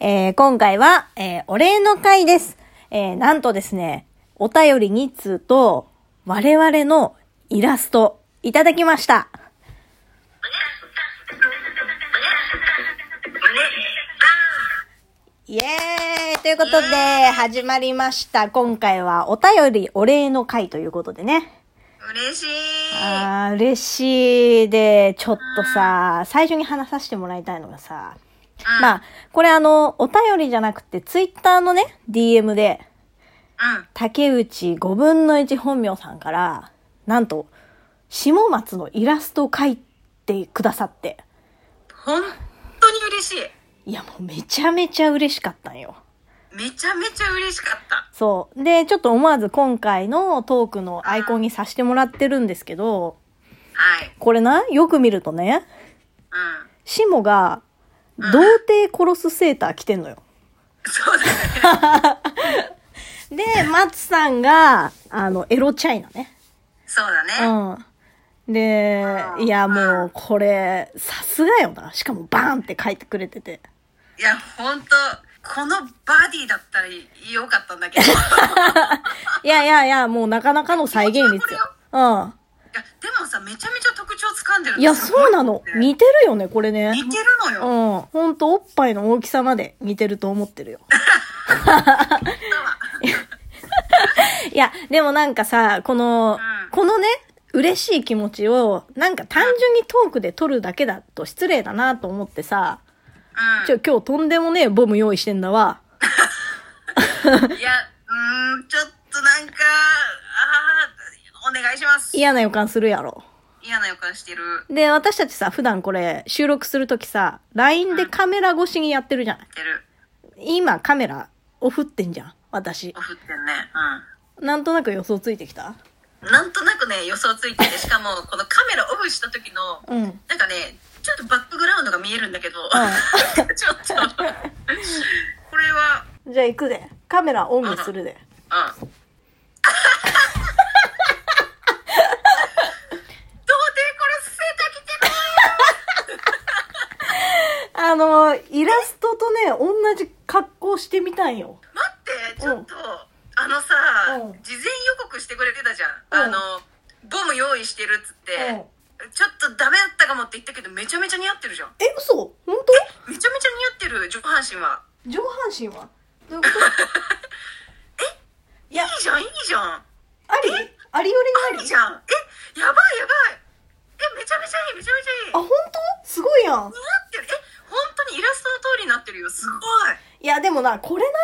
えー今回は、えーお礼の会です。えーなんとですね、お便り2通と、我々のイラスト、いただきました。イエーイということで、始まりました。今回はお便りお礼の会ということでね。嬉しいあー嬉しいで、ちょっとさ、最初に話させてもらいたいのがさ、うんまあ、これあの、お便りじゃなくて、ツイッターのね、DM で、うん。竹内5分の1本名さんから、なんと、下松のイラストを描いてくださって、本当に嬉しいいやもうめちゃめちゃ嬉しかったんよ。めちゃめちゃ嬉しかった。そう。で、ちょっと思わず今回のトークのアイコンにさせてもらってるんですけど、はい。これな、よく見るとね、うん。シモが、童貞殺すセーター着てんのよ。そう だね。で、松さんが、あの、エロチャイナね。そうだね。うん。で、いやもう、これ、さすがよな。しかもバーンって書いてくれてて。いや、本当このバディだったらよかったん だけど。いや、いやいやいや、もうなかなかの再現率よ。うん。でもさ、めちゃめちゃ特徴掴んでるのいや、そうなのす。ごいね似てるよね、これね。似てるのうよ。ん。ほんと、おっぱいの大きさまで似てると思ってる よ。いや、でもなんかさ、この、うんこのね、嬉しい気持ちを、なんか単純にトークで撮るだけだと失礼だなと思ってさ、ちょ、今日とんでもねえボム用意してんだわ。うん。いや、うーん、ちょっとなんか、あーお願いします。嫌な予感するやろ。嫌な予感してる。で、私たちさ、普段これ、収録するときさ、LINE でカメラ越しにやってるじゃない。してる。今、カメラ、オフってんじゃん。私お。ふってんね。うん。なんとなく予想ついてきたなんとなくね予想ついててしかもこのカメラオフした時の、うん。うん。なんかねちょっとバックグラウンドが見えるんだけど、 ちょっとこれはじゃあ行くで。カメラオンにするで。あ童貞殺あのー、イラストとね、同じ格好してみたんよ。すセーター着てる待ってちょっと、あのさ、うん事前予告してくれてたじゃうんん、あのボム用意してるっつって、ちょっとダメだったかもって言ったけどめちゃめちゃ似合ってるじゃんえ、嘘本めちゃめちゃ似合ってる上半身は当上半身 はどういうことえいやい、いじゃんいいじゃんありありよりあのありりじゃんえやばいやばいえめちゃめちゃいいめちゃめちゃいいあ、本当すごいやん。似合ってるえ本当にイラストの通りになってるよすごいいや、でもな、これな、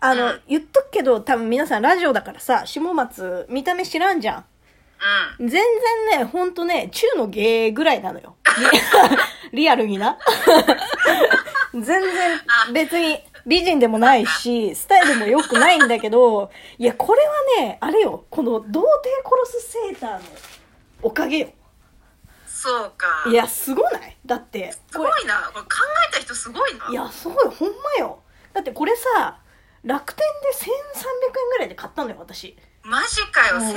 あの、うん言っとくけど、多分皆さんラジオだからさ、下松、見た目知らんじゃん。うん全然ね、ほんとね、中の芸ぐらいなのよ。リ リアルにな。全然別に美人でもないし、スタイルも良くないんだけど、いや、これはね、あれよ、この童貞殺すセーターのおかげよ。そうかいや、すごないだって、すこごれ、いなこれ考えた人すごいないや、すごい、ほんまよ。だってこれさ、楽天で1300円ぐらいで買ったのよ、私。マジかよ、うん1300円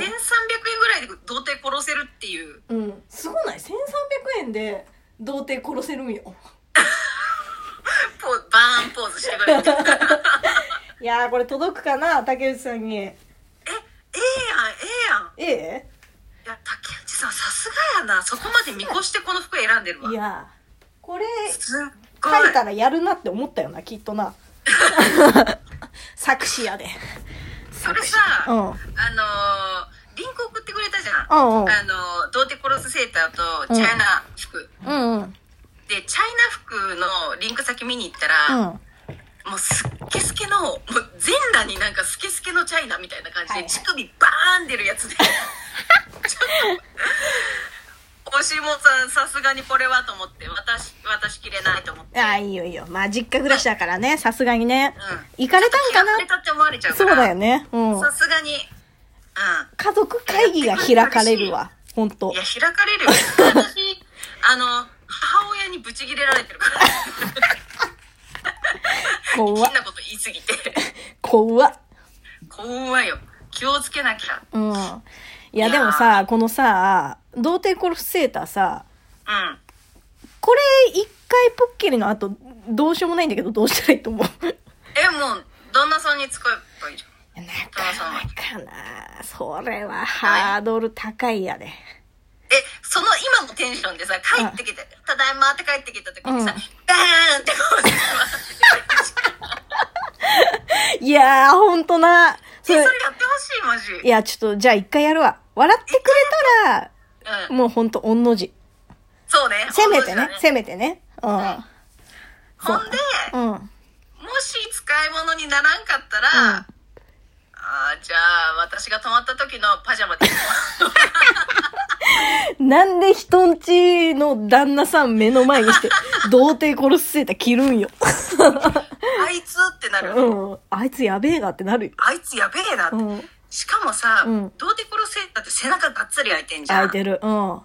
ぐらいで童貞殺せるっていううん。すごない ?1300 円で童貞殺せるんよ。ポーバーンポーズしてくれ てええやんえいやーこれ届くかな竹内さんに。ええやんえいや竹内さんさすがやなそこまで見越してこの服選んでるわいやーこれすっごい書いたらやるなって思ったよな、きっと な。作詞やで。それさ、うん。うんあのーリンク送ってくれたじゃん。うんうんあのー童貞殺すセーターとチャイナ服。うん。うん。で、チャイナ服のリンク先見に行ったら、はもうすっけすけの、もう全裸になんかすけすけのチャイナみたいな感じで、はいはい乳首バーン出るや つで。ちょっと、おしもさんさすがにこれはと思って、私、私着れないと思って。い。ああ、いいよいいよ。まあ、実家暮らしだからね、さすがにね。う行かれたんか着れなたって思われちゃうかそうら。だよね。うん。さすがに。うん。家族会議が開かれるわ。ほんといや、。開かれるよ。私、あの、母親にブチギレられてるから、怖っ変なこと言いすぎて。 怖っ怖いよ。気をつけなきゃ。うん。いや、でもさ、このさ、童貞コルフセーターさ、うん。これ一回ポッキリの後、どうしようもないんだけど、どうしたらいいと 思うえ、もう、旦那さんに使えばいいじゃん。なかなかなそれはハードル高いやで。え、その今のテンションでさ、帰ってきて、ただいまって帰ってきた時にうさ、ダんーンってこ う、いやー、ほんとな。そそれれや、ってほしい、マジ。いや、ちょっと、じゃあ一回やるわ。笑ってくれたうら、ん。もうほんと、御の字。そうね。せめてね、せせめてね。うん。ほんで、うん。もし使い物にならんかったら、うんあーじゃあ、私が泊まった時のパジャマ で行こなんで人んちの旦那さん目の前にして、 童貞殺すせた着るんよ。うあいつってなる。うん。あいつやべえなってなるよ。あいつやべえなって。うん。しかもさ、うんどうでころセーターって背中がっつり開いてんじゃ開いん。てる。うん。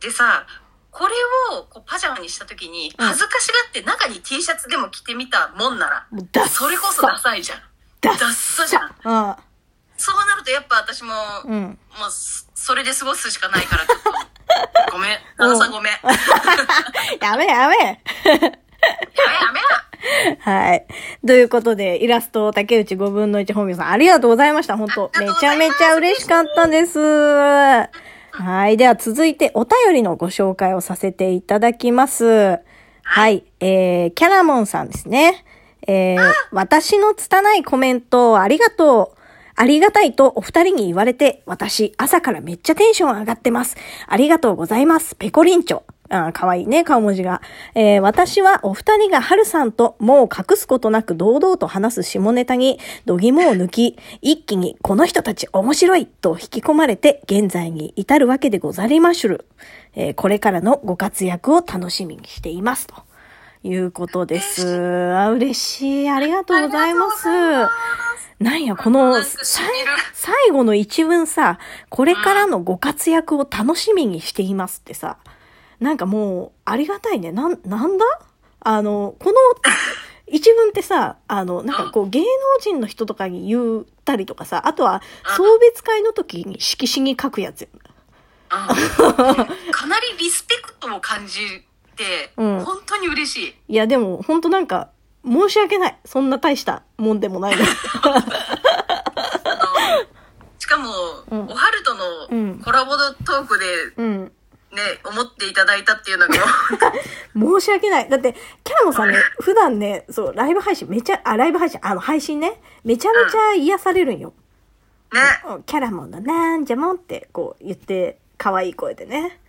でさ、これをこうパジャマにした時に、うん恥ずかしがって中に T シャツでも着てみたもんならもうダッ、サそれこそダサいじゃん。ダダッッササじゃん。 あそうなるとやっぱ私も、あ、うん。もうそ、それで過ごすしかないから、ちょっと、ごめん。旦那さん ごめん。ややめやめ めやめや。はい。ということで、イラスト、竹内5分の1、本名さん、ありがとうございました。本当あめりがとうごちゃざいますめちゃ嬉しかったです。はい。では、続いて、お便りのご紹介をさせていただきます。はい。えー、キャラモンさんですね。えー、私の拙いコメント、ありがとう。ありがたいとお二人に言われて、私、朝からめっちゃテンション上がってます。ありがとうございます。ペコリンチョ。あーかわいいね、顔文字が。えー私はお二人が春さんともう隠すことなく堂々と話す下ネタに、度肝を抜き、一気にこの人たち面白いと引き込まれて、現在に至るわけでござりましゅる。えーこれからのご活躍を楽しみにしています。ということです。あ嬉しい。ありがとうございます。なんや、この、なんかさしいみる最後の一文さ、これからのご活躍を楽しみにしていますってさ、なんかもう、ありがたいね。なん、なんだあの、 この一文ってさ、あの、なんかこう、芸能人の人とかに言ったりとかさ、あとは、送別会の時に色紙に書くやつ。 うんかなりリスペクトを感じて、うん本当に 嬉しい。いや、でも、ほんとなんか、申し訳ない。そんな大したもんでもない の。あのしかも、うんおはるとうんのコラボトークでうん。ね、思っていただいたっていうのが、 申し訳ない。だって、キャラモンさんね、普段ね、そう、ライブ配信めちゃ、あ、ライブ配信、あの、配信ね、めちゃめちゃ癒されるんよ。ね、うんキャラモンだなんじゃもんって、こう、言って、可愛い声でね。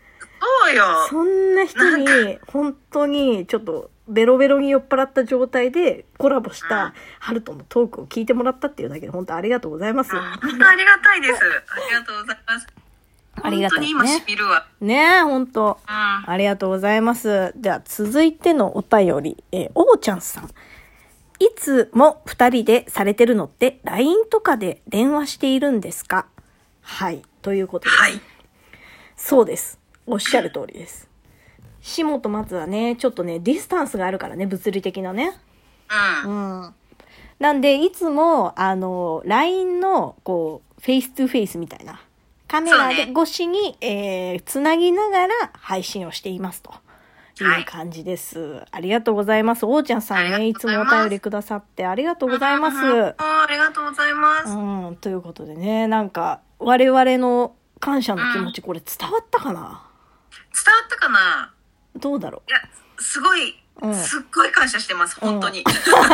そうよ。そんな人に、本当に、ちょっと、ベロベロに酔っ払った状態で、コラボしうんた、ハルトのトークを聞いてもらったっていうだけで、本当ありがとうございます。うん本当ありがたいです。ありがとうございます。ありがたい本ね当に今しみるわ。ねえ、本当うん。あありがとうございます。では、続いてのお便り、えー、おーちゃんさん。いつも二人でされてるのって LINE とかで電話しているんですかはい。ということです。はい。そうです。おっしゃる通りです。 下と松はね、ちょっとね、ディスタンスがあるからね、物理的なね。うん。うん。なんで、いつも、あの、LINE の、こう、フェイストゥフェイスみたいな、カメラでそう越しに、えー、つなぎながら配信をしていますと。はいいう感じです、ありがとうございます。おーちゃんさんあね、いりがつとうございもおま便すりくださってありがとうございまうんす。ありがとうございます。うん、ということでね、なんか、我々の感謝の気持ち、これ伝わったかな伝わったかなどうだろいや、すごい、うんすっごい感謝してます、本 当に。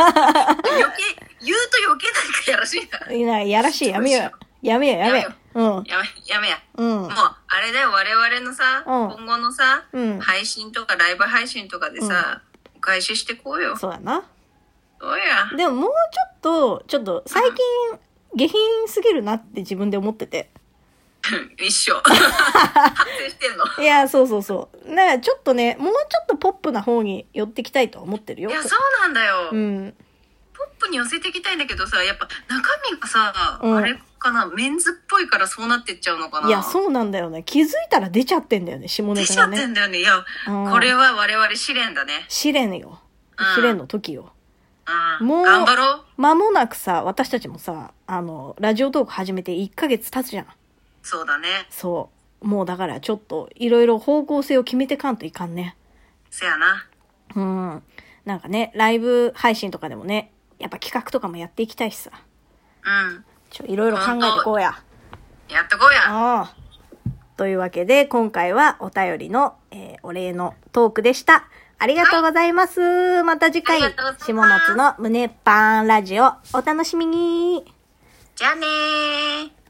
余計、言うと余計なんかやらしいな。ういない、やらしい、やめようよ。やめよう、やめよう。やめ、やめや。うん、うんもう、、あれだよ、我々のさ、うん今後のさ、うん配信とかライブ配信とかでさ、お返ししてこうよ。そうだな。そうや。 でももうちょっと、ちょっと最近下品すぎるなって自分で思ってて。一 緒。発生してんの。いや、そうそうそう。だからちょっとね、もうちょっとポップな方に寄ってきたいとは思ってるよ。いや、そうなんだよ。うん。ポップに寄せていきたいんだけどさ、やっぱ中身がさ、うんあれかな、メンズっぽいからそうなってっちゃうのかな。いや、そうなんだよね。気づいたら出ちゃってんだよね、下ネ出ちゃタがってんね。だよね。いや、うんこれは我々試練だね。試練ようん。試練の時よ。うん。もう頑張ろう。間もなくさ、私たちもさ、あの、ラジオトーク始めて1ヶ月経つじゃん。そうだね。そう。もうだからちょっと、いろいろ方向性を決めてかんといかんね。せやな。うん。なんかね、ライブ配信とかでもね、やっぱ企画とかもやっていきたいしさ。うん。ちょ、いろいろ考えてこうや。やっとこうや。ああ。というわけで、今回はお便りの、えーお礼のトークでした。ありがとうございます。また次回ありがとうございま、す下松の胸パンラジオ、お楽しみに。じゃあねー。